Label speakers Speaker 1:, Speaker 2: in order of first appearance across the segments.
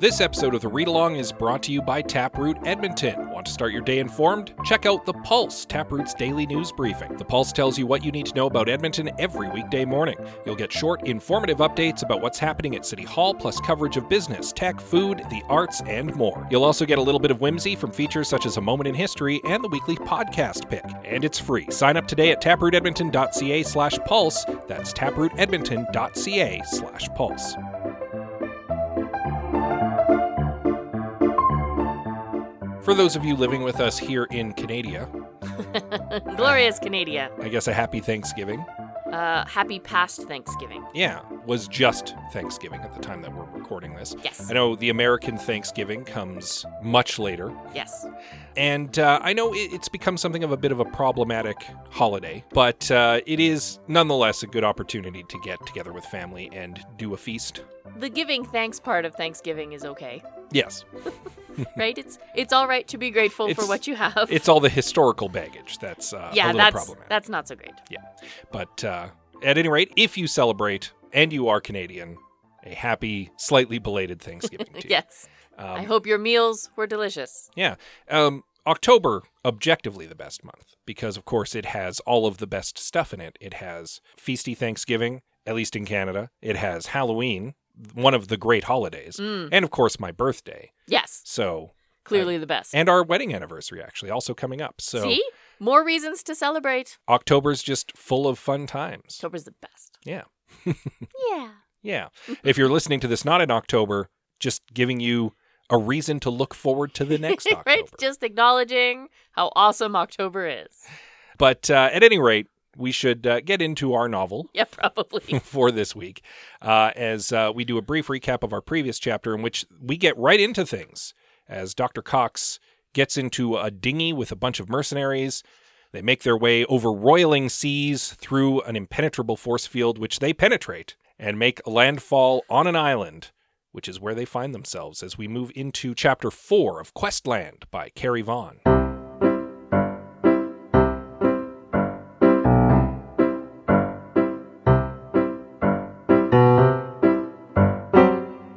Speaker 1: This episode of the Read Along is brought to you by Taproot Edmonton. Want to start your day informed? Check out The Pulse, Taproot's daily news briefing. The Pulse tells you what you need to know about Edmonton every weekday morning. You'll get short, informative updates about what's happening at City Hall, plus coverage of business, tech, food, the arts, and more. You'll also get a little bit of whimsy from features such as A Moment in History and the weekly podcast pick. And it's free. Sign up today at taprootedmonton.ca slash pulse. That's taprootedmonton.ca slash pulse. For those of you living with us here in Canada,
Speaker 2: Glorious Canada.
Speaker 1: I guess a happy Thanksgiving.
Speaker 2: Uh, happy past Thanksgiving.
Speaker 1: Yeah, was just Thanksgiving at the time that we're recording this.
Speaker 2: Yes.
Speaker 1: I know the American Thanksgiving comes much later,
Speaker 2: Yes.
Speaker 1: and uh, I know it, it's become something of a bit of a problematic holiday, but uh, it is nonetheless a good opportunity to get together with family and do a feast.
Speaker 2: The giving thanks part of Thanksgiving is okay,
Speaker 1: Yes,
Speaker 2: right? It's it's all right to be grateful for
Speaker 1: It's-
Speaker 2: what you have.
Speaker 1: it's all the historical baggage that's uh, a
Speaker 2: yeah,
Speaker 1: little
Speaker 2: that's
Speaker 1: problematic.
Speaker 2: that's not so great.
Speaker 1: But uh, at any rate, if you celebrate and you are Canadian, a happy, slightly belated Thanksgiving to you.
Speaker 2: Yes.
Speaker 1: Um,
Speaker 2: I hope your meals were delicious.
Speaker 1: Yeah. Um, October, objectively the best month because, of course, it has all of the best stuff in it. It has Feasty Thanksgiving, at least in Canada. It has Halloween, one of the great holidays.
Speaker 2: Mm.
Speaker 1: And, of course, my birthday.
Speaker 2: Yes.
Speaker 1: So,
Speaker 2: Clearly the best.
Speaker 1: and our wedding anniversary, actually, also coming up. So,
Speaker 2: See? More reasons to celebrate.
Speaker 1: October's just full of fun times.
Speaker 2: October's the best.
Speaker 1: Yeah.
Speaker 2: Yeah.
Speaker 1: Yeah. if you're listening to this not in October, just giving you a reason to look forward to the next October.
Speaker 2: right? Just acknowledging how awesome October is.
Speaker 1: But uh, at any rate, we should uh, get into our novel
Speaker 2: Yeah, probably.
Speaker 1: for this week uh, as uh, we do a brief recap of our previous chapter in which we get right into things as Dr. Cox gets into a dinghy with a bunch of mercenaries. They make their way over roiling seas through an impenetrable force field, which they penetrate and make a landfall on an island, which is where they find themselves as we move into chapter four of Questland by Carrie Vaughn.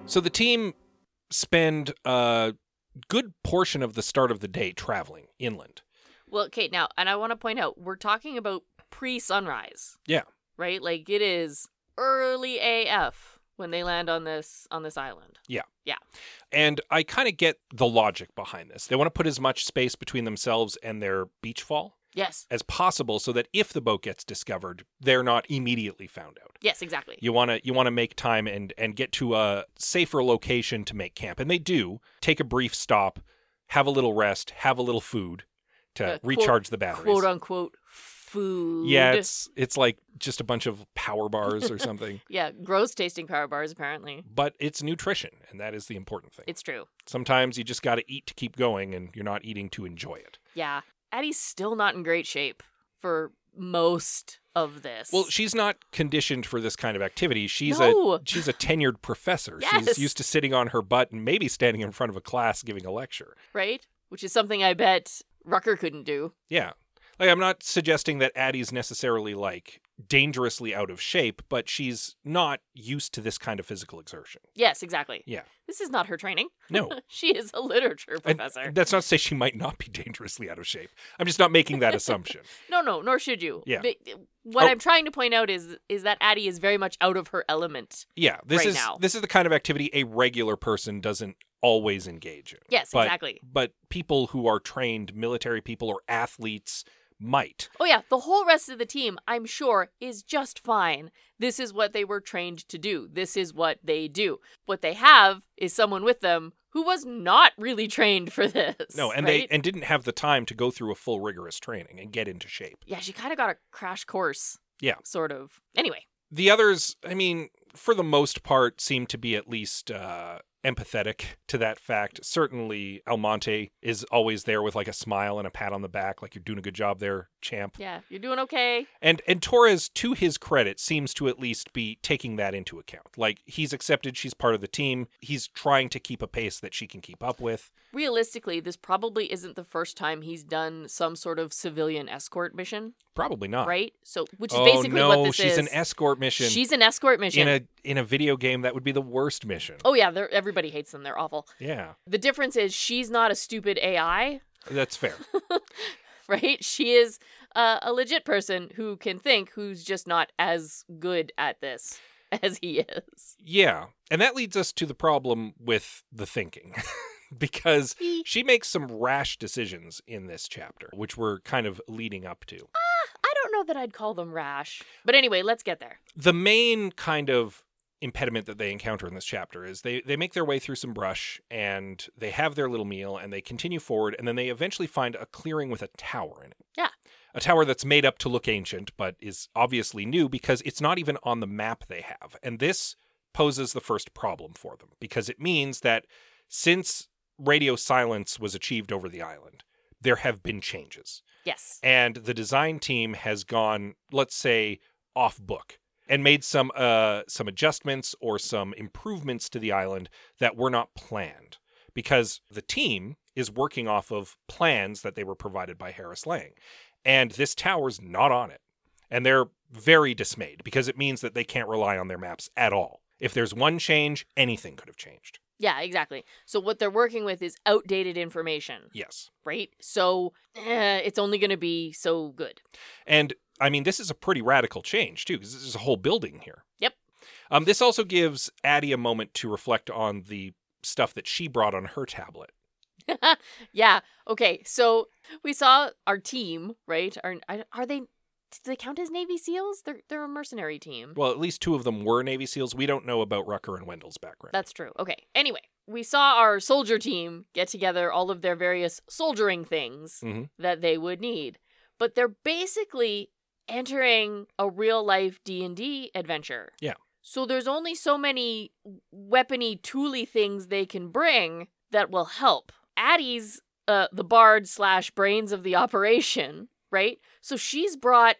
Speaker 1: So the team spend a good portion of the start of the day traveling inland.
Speaker 2: well, Kate, now, and I want to point out, we're talking about pre sunrise.
Speaker 1: Yeah.
Speaker 2: Right? Like it is early AF when they land on this on this island.
Speaker 1: And I kind of get the logic behind this. They want to put as much space between themselves and their beach fall
Speaker 2: Yes.
Speaker 1: as possible so that if the boat gets discovered, they're not immediately found out.
Speaker 2: Yes, exactly.
Speaker 1: You want to you want to make time and and get to a safer location to make camp. And they do. Take a brief stop, have a little rest, have a little food to
Speaker 2: Uh, quote-
Speaker 1: recharge the batteries.
Speaker 2: Quote unquote food.
Speaker 1: Yeah, it's it's like just a bunch of power bars or something,
Speaker 2: Yeah, gross tasting power bars apparently.
Speaker 1: but it's nutrition, and that is the important thing.
Speaker 2: It's true.
Speaker 1: Sometimes you just got to eat to keep going, and you're not eating to enjoy it.
Speaker 2: Yeah. Addie's still not in great shape for most of this.
Speaker 1: Well, she's not conditioned for this kind of activity. She's
Speaker 2: No.
Speaker 1: a she's a tenured professor.
Speaker 2: Yes.
Speaker 1: She's used to sitting on her butt and maybe standing in front of a class giving a lecture.
Speaker 2: right? Which is something I bet Rucker couldn't do.
Speaker 1: Yeah. Like I'm not suggesting that Addie's necessarily like dangerously out of shape, but she's not used to this kind of physical exertion.
Speaker 2: Yes, exactly.
Speaker 1: Yeah.
Speaker 2: This is not her training.
Speaker 1: No.
Speaker 2: She is a literature
Speaker 1: And
Speaker 2: professor.
Speaker 1: that's not to say she might not be dangerously out of shape. I'm just not making that assumption.
Speaker 2: no, no, nor should you.
Speaker 1: Yeah.
Speaker 2: But what
Speaker 1: Oh.
Speaker 2: I'm trying to point out is is that Addie is very much out of her element.
Speaker 1: Yeah, this
Speaker 2: Right
Speaker 1: is
Speaker 2: now.
Speaker 1: this is the kind of activity a regular person doesn't always engage in.
Speaker 2: Yes,
Speaker 1: But-
Speaker 2: exactly.
Speaker 1: But people who are trained military people or athletes might.
Speaker 2: Oh yeah, the whole rest of the team, I'm sure, is just fine. This is what they were trained to do. This is what they do. What they have is someone with them who was not really trained for this.
Speaker 1: No, and
Speaker 2: right?
Speaker 1: they and didn't have the time to go through a full rigorous training and get into shape.
Speaker 2: Yeah, she kind of got a crash course.
Speaker 1: Yeah.
Speaker 2: Sort of. Anyway,
Speaker 1: The others, I mean, for the most part seem to be at least uh empathetic to that fact. Certainly, Almonte is always there with like a smile and a pat on the back, like you're doing a good job there, champ.
Speaker 2: Yeah, you're doing okay.
Speaker 1: And and Torres, to his credit, seems to at least be taking that into account. Like he's accepted she's part of the team. He's trying to keep a pace that she can keep up with.
Speaker 2: Realistically, this probably isn't the first time he's done some sort of civilian escort mission,
Speaker 1: Probably not.
Speaker 2: right? So, which is
Speaker 1: oh
Speaker 2: basically
Speaker 1: no,
Speaker 2: what this
Speaker 1: she's
Speaker 2: is.
Speaker 1: an escort mission.
Speaker 2: She's an escort mission.
Speaker 1: in a in a video game that would be the worst mission.
Speaker 2: oh yeah, they're, everybody hates them. They're awful.
Speaker 1: Yeah,
Speaker 2: The difference is she's not a stupid AI,
Speaker 1: that's fair.
Speaker 2: right? She is uh, a legit person who can think, who's just not as good at this as he is.
Speaker 1: yeah, and that leads us to the problem with the thinking. because She makes some rash decisions in this chapter, which we're kind of leading up to.
Speaker 2: I don't know that I'd call them rash, but anyway, let's get there.
Speaker 1: The main kind of impediment that they encounter in this chapter is they, they make their way through some brush and they have their little meal and they continue forward and then they eventually find a clearing with a tower in it.
Speaker 2: Yeah.
Speaker 1: A tower that's made up to look ancient, but is obviously new because it's not even on the map they have. And this poses the first problem for them because it means that since radio silence was achieved over the island, there have been changes.
Speaker 2: Yes.
Speaker 1: and the design team has gone let's say off book and made some uh some adjustments or some improvements to the island that were not planned because the team is working off of plans that they were provided by Harris Lang and this tower's not on it and they're very dismayed because it means that they can't rely on their maps at all if there's one change anything could have changed
Speaker 2: Yeah, exactly. So what they're working with is outdated information,
Speaker 1: yes
Speaker 2: right? So eh, it's only going to be so good.
Speaker 1: And I mean, this is a pretty radical change too, because this is a whole building here.
Speaker 2: Yep.
Speaker 1: Um, this also gives Addie a moment to reflect on the stuff that she brought on her tablet.
Speaker 2: yeah. Okay. So we saw our team, right? Are are they? Do they count as Navy SEALs? They're they're a mercenary team.
Speaker 1: Well, at least two of them were Navy SEALs. We don't know about Rucker and Wendell's background.
Speaker 2: That's true. Okay. Anyway, we saw our soldier team get together all of their various soldiering things
Speaker 1: Mhm.
Speaker 2: that they would need. But they're basically entering a real life D&D adventure.
Speaker 1: Yeah.
Speaker 2: So there's only so many weapony tooly things they can bring that will help. Addie's uh, the bard slash brains of the operation, right? So she's brought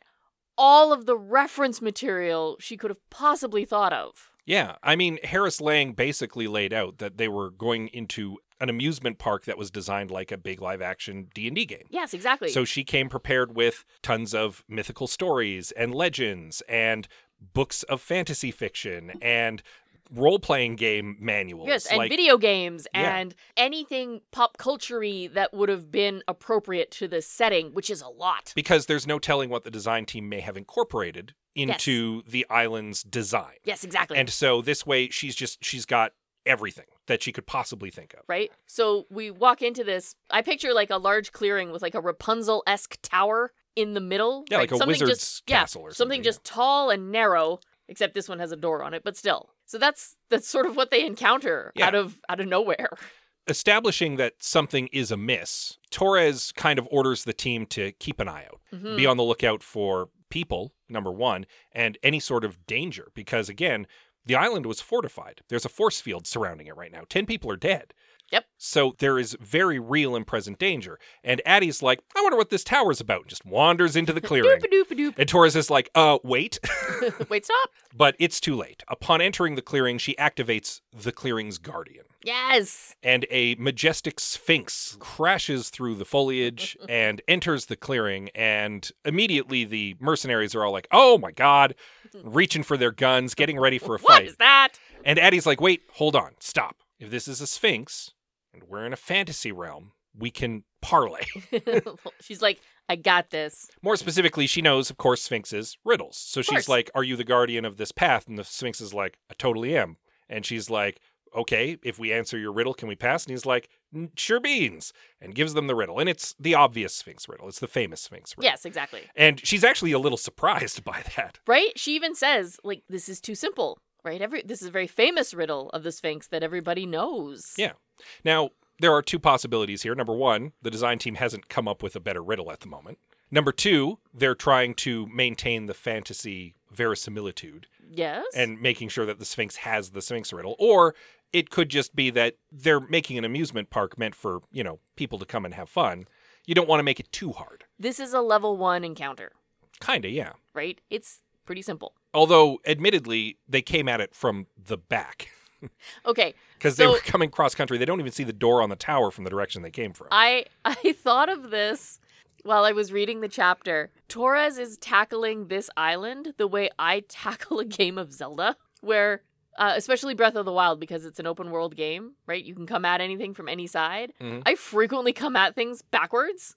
Speaker 2: all of the reference material she could have possibly thought of.
Speaker 1: yeah. I mean, Harris Lang basically laid out that they were going into an amusement park that was designed like a big live action D&D game.
Speaker 2: Yes, exactly.
Speaker 1: So she came prepared with tons of mythical stories and legends and books of fantasy fiction and role playing game manuals.
Speaker 2: Mm-hmm. Yes, and
Speaker 1: like,
Speaker 2: video games
Speaker 1: Yeah.
Speaker 2: and anything pop culture that would have been appropriate to this setting, which is a lot.
Speaker 1: because there's no telling what the design team may have incorporated into the island's design.
Speaker 2: Yes, exactly.
Speaker 1: And so this way she's just she's got everything that she could possibly think of.
Speaker 2: right? So we walk into this. I picture like a large clearing with like a Rapunzel esque tower in the middle.
Speaker 1: Yeah,
Speaker 2: right?
Speaker 1: like a
Speaker 2: something
Speaker 1: wizard's
Speaker 2: just,
Speaker 1: castle
Speaker 2: yeah,
Speaker 1: or
Speaker 2: something
Speaker 1: something,
Speaker 2: just tall and narrow. Except this one has a door on it, but still. So that's that's sort of what they encounter
Speaker 1: Yeah.
Speaker 2: out of out of nowhere.
Speaker 1: Establishing that something is amiss, Torres kind of orders the team to keep an eye out.
Speaker 2: Mhm.
Speaker 1: be on the lookout for people number one and any sort of danger because again the island was fortified there's a force field surrounding it right now 10 people are dead
Speaker 2: Yep.
Speaker 1: so there is very real and present danger and addie's like i wonder what this tower's about and just wanders into the clearing
Speaker 2: Doop-a-doop-a-doop.
Speaker 1: and torres is like uh wait
Speaker 2: Wait, stop.
Speaker 1: but it's too late upon entering the clearing she activates the clearing's guardian
Speaker 2: Yes.
Speaker 1: and a majestic sphinx crashes through the foliage and enters the clearing and immediately the mercenaries are all like oh my god reaching for their guns getting ready for a
Speaker 2: What
Speaker 1: fight
Speaker 2: is that?
Speaker 1: and addie's like wait hold on stop if this is a sphinx and we're in a fantasy realm we can parlay
Speaker 2: She's like, I got this.
Speaker 1: more specifically she knows of course sphinxes riddles so
Speaker 2: course.
Speaker 1: she's like are you the guardian of this path and the sphinx is like i totally am and she's like okay if we answer your riddle can we pass and he's like "N- sure beans and gives them the riddle and it's the obvious sphinx riddle it's the famous sphinx riddle
Speaker 2: Yes, exactly.
Speaker 1: and she's actually a little surprised by that
Speaker 2: Right? She even says, like, this is too simple. Right? Every this is a very famous riddle of the Sphinx that everybody knows.
Speaker 1: Yeah. now there are two possibilities here number one the design team hasn't come up with a better riddle at the moment number two they're trying to maintain the fantasy verisimilitude
Speaker 2: Yes.
Speaker 1: and making sure that the Sphinx has the Sphinx riddle, or It could just be that they're making an amusement park meant for, you know, people to come and have fun. You don't want to make it too hard.
Speaker 2: This is a level one encounter,
Speaker 1: Kinda, yeah.
Speaker 2: right? It's pretty simple.
Speaker 1: Although, admittedly, they came at it from the back
Speaker 2: Okay,
Speaker 1: because they
Speaker 2: So-
Speaker 1: were coming cross country. They don't even see the door on the tower from the direction they came from.
Speaker 2: I I thought of this while I was reading the chapter. Torres is tackling this island the way I tackle a game of Zelda, where uh, especially Breath of the Wild because it's an open world game, right? You can come at anything from any side.
Speaker 1: Mhm.
Speaker 2: I frequently come at things backwards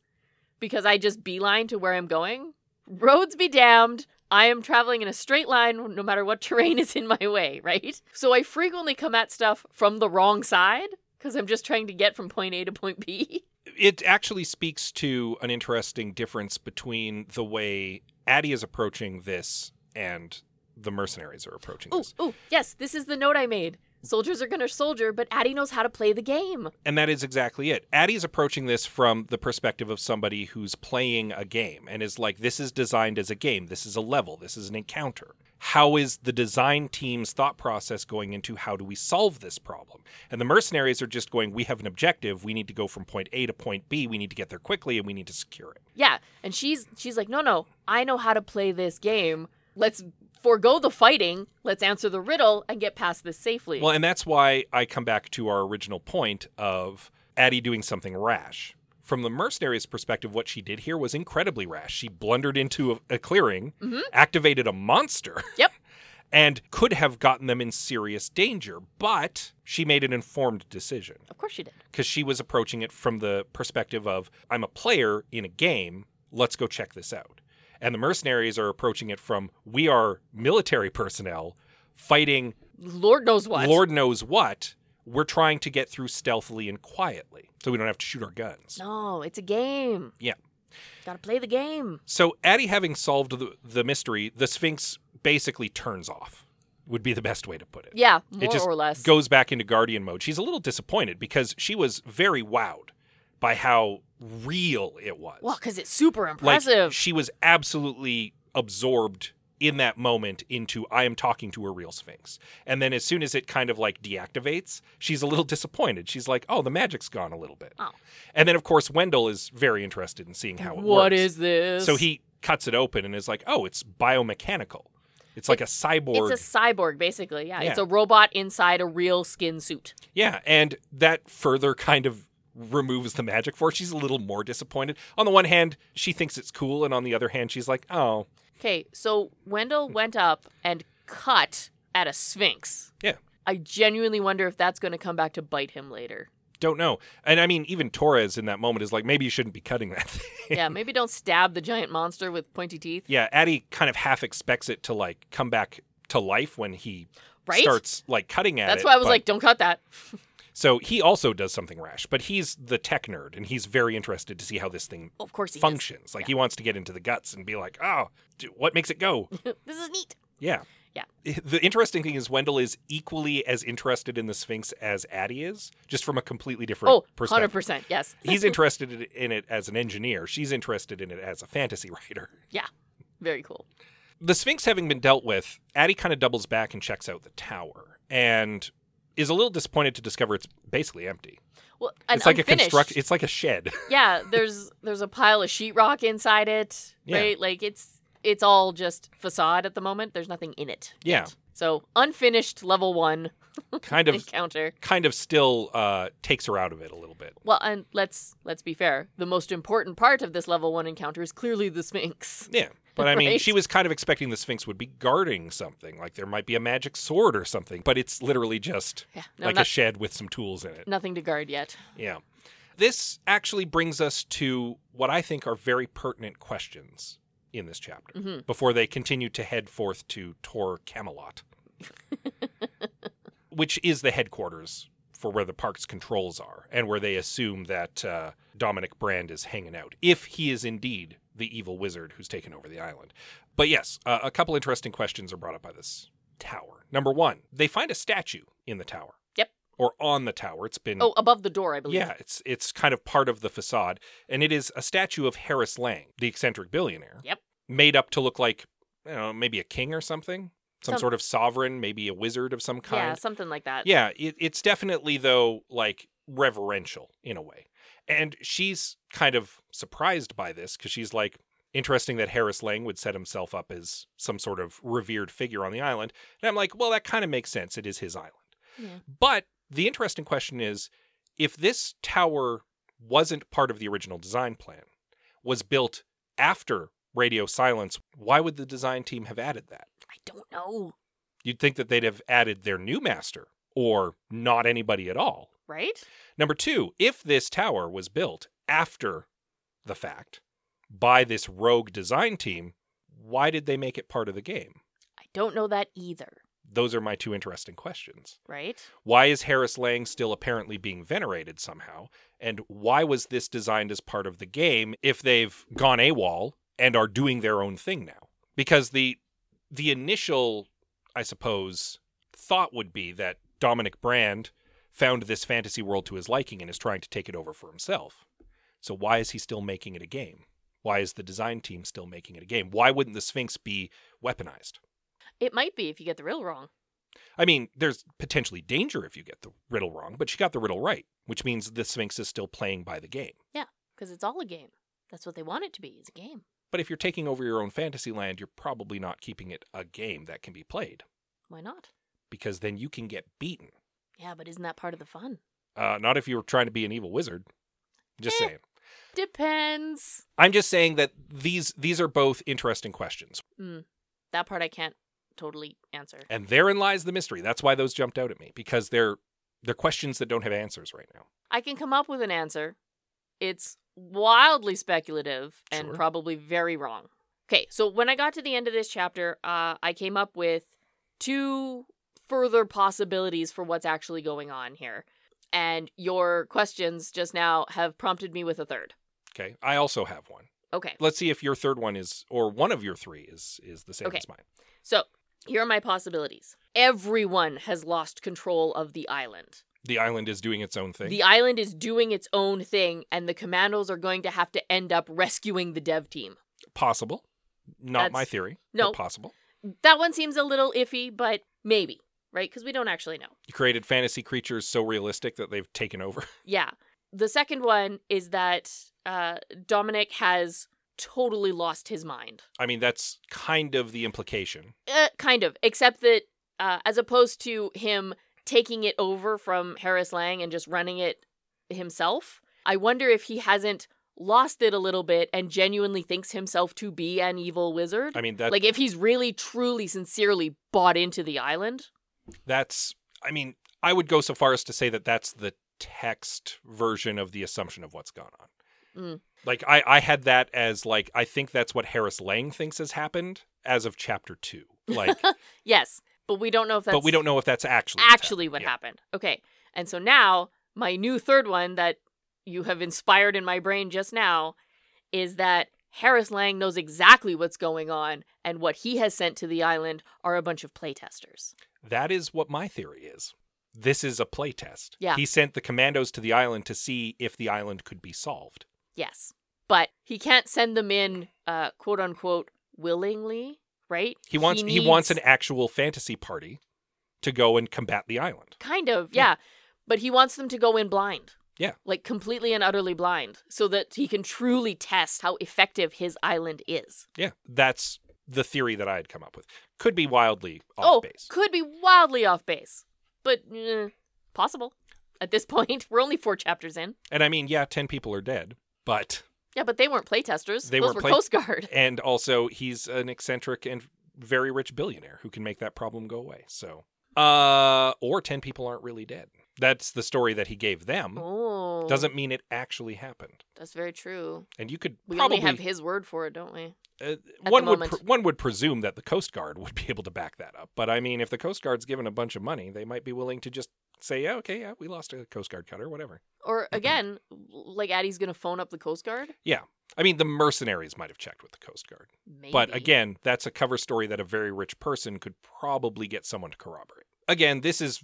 Speaker 2: because I just beeline to where I'm going. Roads be damned. I am traveling in a straight line no matter what terrain is in my way, right? So I frequently come at stuff from the wrong side because I'm just trying to get from point A to point B.
Speaker 1: it actually speaks to an interesting difference between the way Addie is approaching this and the mercenaries are approaching
Speaker 2: Oh,
Speaker 1: this.
Speaker 2: oh, yes, this is the note I made. Soldiers are gonna soldier, but Addie knows how to play the game.
Speaker 1: And that is exactly it. Addie's approaching this from the perspective of somebody who's playing a game and is like, this is designed as a game. This is a level. This is an encounter. How is the design team's thought process going into how do we solve this problem? And the mercenaries are just going, we have an objective. We need to go from point A to point B. We need to get there quickly and we need to secure it.
Speaker 2: Yeah, and she's she's like, no, no, I know how to play this game. Let's forego the fighting. Let's answer the riddle and get past this safely.
Speaker 1: Well, and that's why I come back to our original point of Addie doing something rash. From the mercenary's perspective, what she did here was incredibly rash. She blundered into a, a clearing, activated a monster.
Speaker 2: Yep.
Speaker 1: And could have gotten them in serious danger, but she made an informed decision
Speaker 2: Of course she did.
Speaker 1: because she was approaching it from the perspective of, I'm a player in a game, let's go check this out. And the mercenaries are approaching it from, we are military personnel fighting
Speaker 2: Lord knows what.
Speaker 1: Lord knows what. We're trying to get through stealthily and quietly so we don't have to shoot our guns.
Speaker 2: No, it's a game.
Speaker 1: Yeah.
Speaker 2: Gotta play the game.
Speaker 1: So, Addie having solved the, the mystery, the Sphinx basically turns off, would be the best way to put it.
Speaker 2: Yeah, more
Speaker 1: it just
Speaker 2: or less.
Speaker 1: goes back into guardian mode. She's a little disappointed because she was very wowed by how real it was.
Speaker 2: well, because it's super
Speaker 1: like,
Speaker 2: impressive.
Speaker 1: she was absolutely absorbed in that moment into I am talking to a real Sphinx. And then as soon as it kind of like deactivates, she's a little disappointed. She's like, oh, the magic's gone a little bit.
Speaker 2: Oh.
Speaker 1: And then, of course, Wendell is very interested in seeing how it
Speaker 2: What
Speaker 1: works.
Speaker 2: is this?
Speaker 1: So he cuts it open and is like, oh, it's biomechanical. It's like a cyborg.
Speaker 2: It's a cyborg, basically. Yeah, it's
Speaker 1: Yeah.
Speaker 2: a robot inside a real skin suit.
Speaker 1: Yeah, and that further kind of removes the magic for her. She's a little more disappointed. On the one hand, she thinks it's cool, and on the other hand, she's like, oh,
Speaker 2: Okay, so Wendell went up and cut at a sphinx.
Speaker 1: Yeah.
Speaker 2: I genuinely wonder if that's going to come back to bite him later.
Speaker 1: don't know. And I mean, even Torres in that moment is like, maybe you shouldn't be cutting that thing.
Speaker 2: Yeah, maybe don't stab the giant monster with pointy teeth.
Speaker 1: yeah, Addie kind of half expects it to like come back to life when he
Speaker 2: Right?
Speaker 1: starts like cutting at it.
Speaker 2: that's why I was
Speaker 1: but-
Speaker 2: like, don't cut that.
Speaker 1: so he also does something rash, but he's the tech nerd and he's very interested to see how this thing
Speaker 2: Of course he does.
Speaker 1: functions. Like he wants to get into the guts and be like, oh, dude, what makes it go?
Speaker 2: This is neat.
Speaker 1: Yeah. Eh,
Speaker 2: Yeah.
Speaker 1: The interesting thing is Wendell is equally as interested in the Sphinx as Addie is, just from a completely different
Speaker 2: Oh,
Speaker 1: perspective.
Speaker 2: 100%. Yes.
Speaker 1: He's interested in- in it as an engineer. She's interested in it as a fantasy writer.
Speaker 2: Very cool.
Speaker 1: The Sphinx having been dealt with, Addie kind of doubles back and checks out the tower and is a little disappointed to discover it's basically empty.
Speaker 2: Well, and
Speaker 1: it's like
Speaker 2: unfinished.
Speaker 1: a construct it's like a shed.
Speaker 2: yeah, there's there's a pile of sheetrock inside it,
Speaker 1: Yeah.
Speaker 2: right? Like it's it's all just facade at the moment. There's nothing in it.
Speaker 1: yeah.
Speaker 2: So, unfinished level 1
Speaker 1: Kind of
Speaker 2: encounter.
Speaker 1: kind of still uh, takes her out of it a little bit.
Speaker 2: Well, and let's let's be fair. The most important part of this level one encounter is clearly the Sphinx.
Speaker 1: Yeah. But I mean,
Speaker 2: Right?
Speaker 1: she was kind of expecting the Sphinx would be guarding something, like there might be a magic sword or something, but it's literally just
Speaker 2: Yeah, no,
Speaker 1: like a
Speaker 2: not-
Speaker 1: shed with some tools in it.
Speaker 2: nothing to guard yet.
Speaker 1: Yeah. This actually brings us to what I think are very pertinent questions in this chapter
Speaker 2: Mhm.
Speaker 1: before they continue to head forth to Tor Camelot, which is the headquarters for where the park's controls are and where they assume that uh, Dominic Brand is hanging out, if he is indeed the evil wizard who's taken over the island. But yes, uh, a couple interesting questions are brought up by this tower. Number one, they find a statue in the tower.
Speaker 2: Yep.
Speaker 1: Or on the tower. It's been
Speaker 2: Oh, above the door, I believe.
Speaker 1: Hmm. yeah, it's it's kind of part of the facade, and it is a statue of Harris Lang, the eccentric billionaire.
Speaker 2: Yep.
Speaker 1: Made up to look like, I don't know, maybe a king or something. some,
Speaker 2: Some-
Speaker 1: sort of sovereign, maybe a wizard of some kind.
Speaker 2: Yeah, something like that.
Speaker 1: Yeah, it, it's definitely though like reverential in a way, and she's kind of surprised by this because she's like, interesting that Harris Lang would set himself up as some sort of revered figure on the island, and I'm like, well, that kind of makes sense. It is his island,
Speaker 2: Yeah.
Speaker 1: but the interesting question is, if this tower wasn't part of the original design plan, was built after radio silence, why would the design team have added that?
Speaker 2: I don't know.
Speaker 1: You'd think that they'd have added their new master or not anybody at all.
Speaker 2: Right?
Speaker 1: Number two, if this tower was built after the fact by this rogue design team, why did they make it part of the game?
Speaker 2: I don't know that either.
Speaker 1: Those are my two interesting questions.
Speaker 2: Right?
Speaker 1: Why is Harris Lang still apparently being venerated somehow? And why was this designed as part of the game if they've gone AWOL and are doing their own thing now? Because the the initial, I suppose, thought would be that Dominic Brand found this fantasy world to his liking and is trying to take it over for himself. So why is he still making it a game? Why is the design team still making it a game? Why wouldn't the Sphinx be weaponized?
Speaker 2: It might be if you get the riddle wrong.
Speaker 1: I mean, there's potentially danger if you get the riddle wrong, but she got the riddle right, which means the Sphinx is still playing by the game.
Speaker 2: Because it's all a game. That's what they want it to be, is a game.
Speaker 1: But if you're taking over your own fantasy land, you're probably not keeping it a game that can be played
Speaker 2: Why not?
Speaker 1: because then you can get beaten.
Speaker 2: Yeah, but isn't that part of the fun?
Speaker 1: Uh, not if you were trying to be an evil wizard. Just
Speaker 2: Eh.
Speaker 1: saying.
Speaker 2: Depends.
Speaker 1: I'm just saying that these these are both interesting questions,
Speaker 2: Mm, that part I can't totally answer.
Speaker 1: and therein lies the mystery. That's why those jumped out at me because they're they're questions that don't have answers right now.
Speaker 2: I can come up with an answer. It's wildly speculative and
Speaker 1: Sure.
Speaker 2: probably very wrong. Okay, so when I got to the end of this chapter, uh, I came up with two further possibilities for what's actually going on here. And your questions just now have prompted me with a third.
Speaker 1: Okay, I also have one.
Speaker 2: Okay,
Speaker 1: Let's see if your third one is or one of your three is is the same
Speaker 2: Okay.
Speaker 1: as mine.
Speaker 2: so here are my possibilities. Everyone has lost control of the island.
Speaker 1: the island is doing its own thing.
Speaker 2: The island is doing its own thing, and the commandos are going to have to end up rescuing the dev team.
Speaker 1: possible. Not
Speaker 2: That's-
Speaker 1: my theory.
Speaker 2: no.
Speaker 1: But possible.
Speaker 2: That one seems a little iffy, but maybe, right? Because we don't actually know.
Speaker 1: You created fantasy creatures so realistic that they've taken over.
Speaker 2: Yeah. The second one is that uh, Dominic has totally lost his mind.
Speaker 1: I mean, that's kind of the implication.
Speaker 2: Uh, kind of, except that uh, as opposed to him taking it over from Harris Lang and just running it himself, I wonder if he hasn't lost it a little bit and genuinely thinks himself to be an evil wizard.
Speaker 1: I mean, that
Speaker 2: like if he's really, truly, sincerely bought into the island.
Speaker 1: that's. I mean, I would go so far as to say that that's the text version of the assumption of what's gone on.
Speaker 2: Mm.
Speaker 1: Like I, I had that as like I think that's what Harris Lang thinks has happened as of chapter two. Like,
Speaker 2: Yes, but we don't know if that's
Speaker 1: but we don't know if that's actually what's
Speaker 2: actually what
Speaker 1: Yeah.
Speaker 2: happened. Okay. And so now my new third one that you have inspired in my brain just now is that Harris Lang knows exactly what's going on and what he has sent to the island are a bunch of playtesters.
Speaker 1: That is what my theory is. This is a playtest.
Speaker 2: Yeah.
Speaker 1: He sent the commandos to the island to see if the island could be solved.
Speaker 2: Yes. But he can't send them in uh quote unquote willingly, right?
Speaker 1: He wants he,
Speaker 2: needs-
Speaker 1: wants an actual fantasy party to go and combat the island.
Speaker 2: kind of,
Speaker 1: Yeah.
Speaker 2: yeah. But he wants them to go in blind.
Speaker 1: Yeah.
Speaker 2: Like completely and utterly blind so that he can truly test how effective his island is.
Speaker 1: Yeah. That's the theory that I had come up with. Could be wildly off
Speaker 2: oh,
Speaker 1: base.
Speaker 2: could be wildly off base, but eh, possible at this point. We're only four chapters in.
Speaker 1: And I mean, yeah, 10 people are dead, but
Speaker 2: Yeah, but they weren't playtesters.
Speaker 1: They
Speaker 2: Those
Speaker 1: weren't
Speaker 2: were
Speaker 1: play-
Speaker 2: Coast Guard.
Speaker 1: and also he's an eccentric and very rich billionaire who can make that problem go away. So, uh or 10 people aren't really dead. That's the story that he gave them.
Speaker 2: Oh,
Speaker 1: Hmm. Doesn't mean it actually happened.
Speaker 2: That's very true.
Speaker 1: And you could
Speaker 2: We
Speaker 1: probably
Speaker 2: only have his word for it, don't we?
Speaker 1: uh,
Speaker 2: the
Speaker 1: one would
Speaker 2: moment.
Speaker 1: pre- one would presume that the Coast Guard would be able to back that up. But I mean, if the Coast Guard's given a bunch of money, they might be willing to just say, "Yeah, okay, yeah, we lost a Coast Guard cutter, whatever."
Speaker 2: Or again, like Addie's gonna phone up the Coast Guard.
Speaker 1: I mean, the mercenaries might have checked with the Coast Guard,
Speaker 2: Maybe.
Speaker 1: but again, that's a cover story that a very rich person could probably get someone to corroborate. Again, this is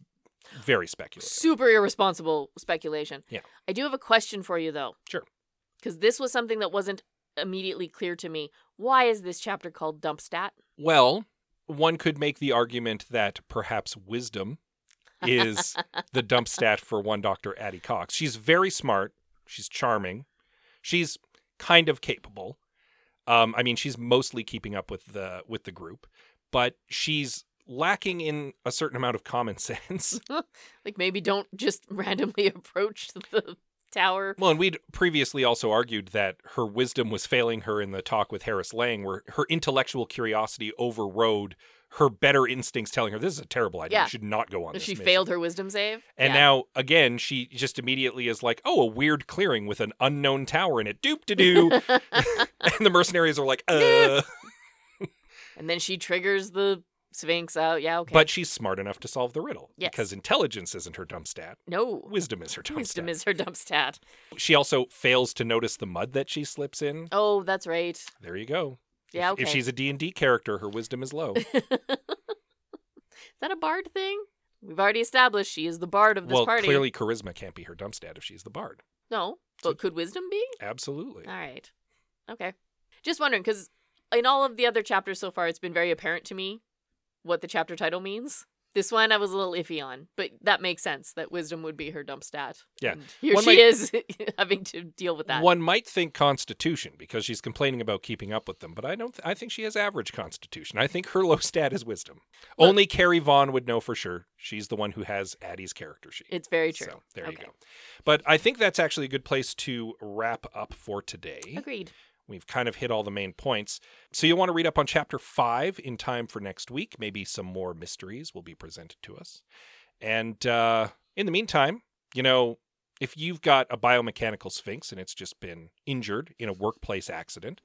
Speaker 1: very speculative.
Speaker 2: super irresponsible speculation.
Speaker 1: Yeah.
Speaker 2: I do have a question for you though.
Speaker 1: Sure.
Speaker 2: Because this was something that wasn't immediately clear to me. Why is this chapter called Dump Stat?
Speaker 1: Well, one could make the argument that perhaps wisdom is the dump stat for one Dr. Addie Cox. She's very smart. She's charming. She's kind of capable. Um, I mean, she's mostly keeping up with the with the group, but she's lacking in a certain amount of common sense.
Speaker 2: Like maybe don't just randomly approach the tower.
Speaker 1: well, and we'd previously also argued that her wisdom was failing her in the talk with Harris Lang, where her intellectual curiosity overrode her better instincts telling her this is a terrible idea.
Speaker 2: Yeah.
Speaker 1: You should not go on this.
Speaker 2: she
Speaker 1: mission."
Speaker 2: failed her wisdom save.
Speaker 1: And
Speaker 2: Yeah.
Speaker 1: now again, she just immediately is like, "Oh, a weird clearing with an unknown tower in it." Doop to doo. and the mercenaries are like, "Uh."
Speaker 2: and then she triggers the Sphinx out. Yeah, okay.
Speaker 1: But she's smart enough to solve the riddle
Speaker 2: Yes.
Speaker 1: because intelligence isn't her dumb stat.
Speaker 2: no,
Speaker 1: Wisdom is her dumb
Speaker 2: wisdom
Speaker 1: stat.
Speaker 2: is her dump stat.
Speaker 1: She also fails to notice the mud that she slips in.
Speaker 2: Oh, that's right.
Speaker 1: There you go.
Speaker 2: Yeah,
Speaker 1: If-
Speaker 2: okay.
Speaker 1: If she's a D&D character, her wisdom is low.
Speaker 2: Is that a bard thing? We've already established she is the bard of this
Speaker 1: well,
Speaker 2: party.
Speaker 1: clearly charisma can't be her dumb stat if she's the bard.
Speaker 2: No, but could wisdom be?
Speaker 1: Absolutely.
Speaker 2: All right. Okay. Just wondering, because in all of the other chapters so far, it's been very apparent to me what the chapter title means. This one I was a little iffy on, but that makes sense that wisdom would be her dump stat.
Speaker 1: Yeah.
Speaker 2: And here
Speaker 1: One
Speaker 2: she
Speaker 1: might-
Speaker 2: is having to deal with that.
Speaker 1: One might think constitution because she's complaining about keeping up with them, but I don't. Th- I think she has average constitution. I think her low stat is wisdom.
Speaker 2: Well-
Speaker 1: Only Carrie Vaughn would know for sure. She's the one who has Addie's character sheet.
Speaker 2: It's very true.
Speaker 1: So there
Speaker 2: Okay.
Speaker 1: you go. But I think that's actually a good place to wrap up for today.
Speaker 2: Agreed.
Speaker 1: We've kind of hit all the main points. So you'll want to read up on chapter five in time for next week. Maybe some more mysteries will be presented to us. And uh, in the meantime, you know, if you've got a biomechanical sphinx and it's just been injured in a workplace accident,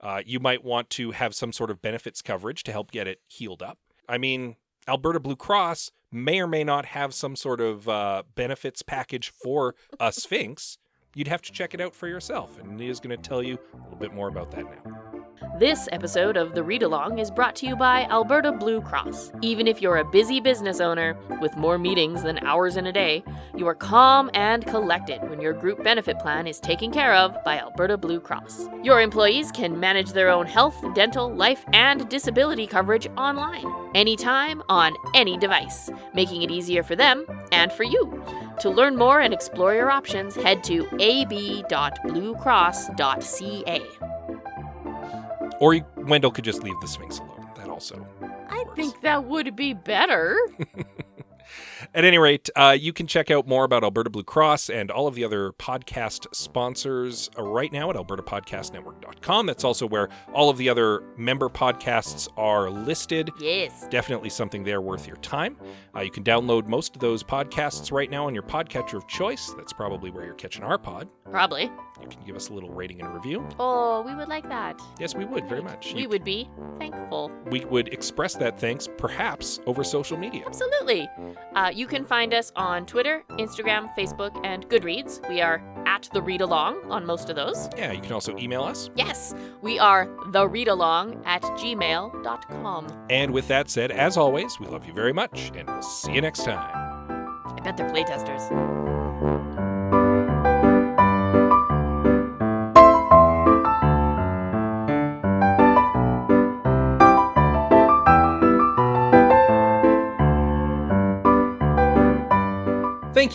Speaker 1: uh, you might want to have some sort of benefits coverage to help get it healed up. I mean, Alberta Blue Cross may or may not have some sort of uh, benefits package for a sphinx. You'd have to check it out for yourself, and Nia's going to tell you a little bit more about that now.
Speaker 2: This episode of The Read Along is brought to you by Alberta Blue Cross. Even if you're a busy business owner with more meetings than hours in a day, you are calm and collected when your group benefit plan is taken care of by Alberta Blue Cross. Your employees can manage their own health, dental, life, and disability coverage online, anytime, on any device, making it easier for them and for you. To learn more and explore your options, head to ab.bluecross.ca.
Speaker 1: Or you, Wendell could just leave the Sphinx alone. That also.
Speaker 2: I
Speaker 1: works.
Speaker 2: think that would be better.
Speaker 1: At any rate, uh, you can check out more about Alberta Blue Cross and all of the other podcast sponsors uh, right now at albertapodcastnetwork.com. That's also where all of the other member podcasts are listed.
Speaker 2: yes.
Speaker 1: Definitely something there worth your time. Uh, you can download most of those podcasts right now on your podcatcher of choice. That's probably where you're catching our pod.
Speaker 2: Probably.
Speaker 1: You can give us a little rating and review.
Speaker 2: Oh, we would like that.
Speaker 1: Yes, we would very much.
Speaker 2: We
Speaker 1: You-
Speaker 2: would be thankful.
Speaker 1: we would express that thanks perhaps over social media.
Speaker 2: Absolutely. Uh, you can find us on Twitter, Instagram, Facebook, and Goodreads. We are at the read along on most of those.
Speaker 1: Yeah, you can also email us.
Speaker 2: Yes, we are the read along at gmail.com.
Speaker 1: And with that said, as always, we love you very much and we'll see you next time.
Speaker 2: I bet they're playtesters.
Speaker 1: Thank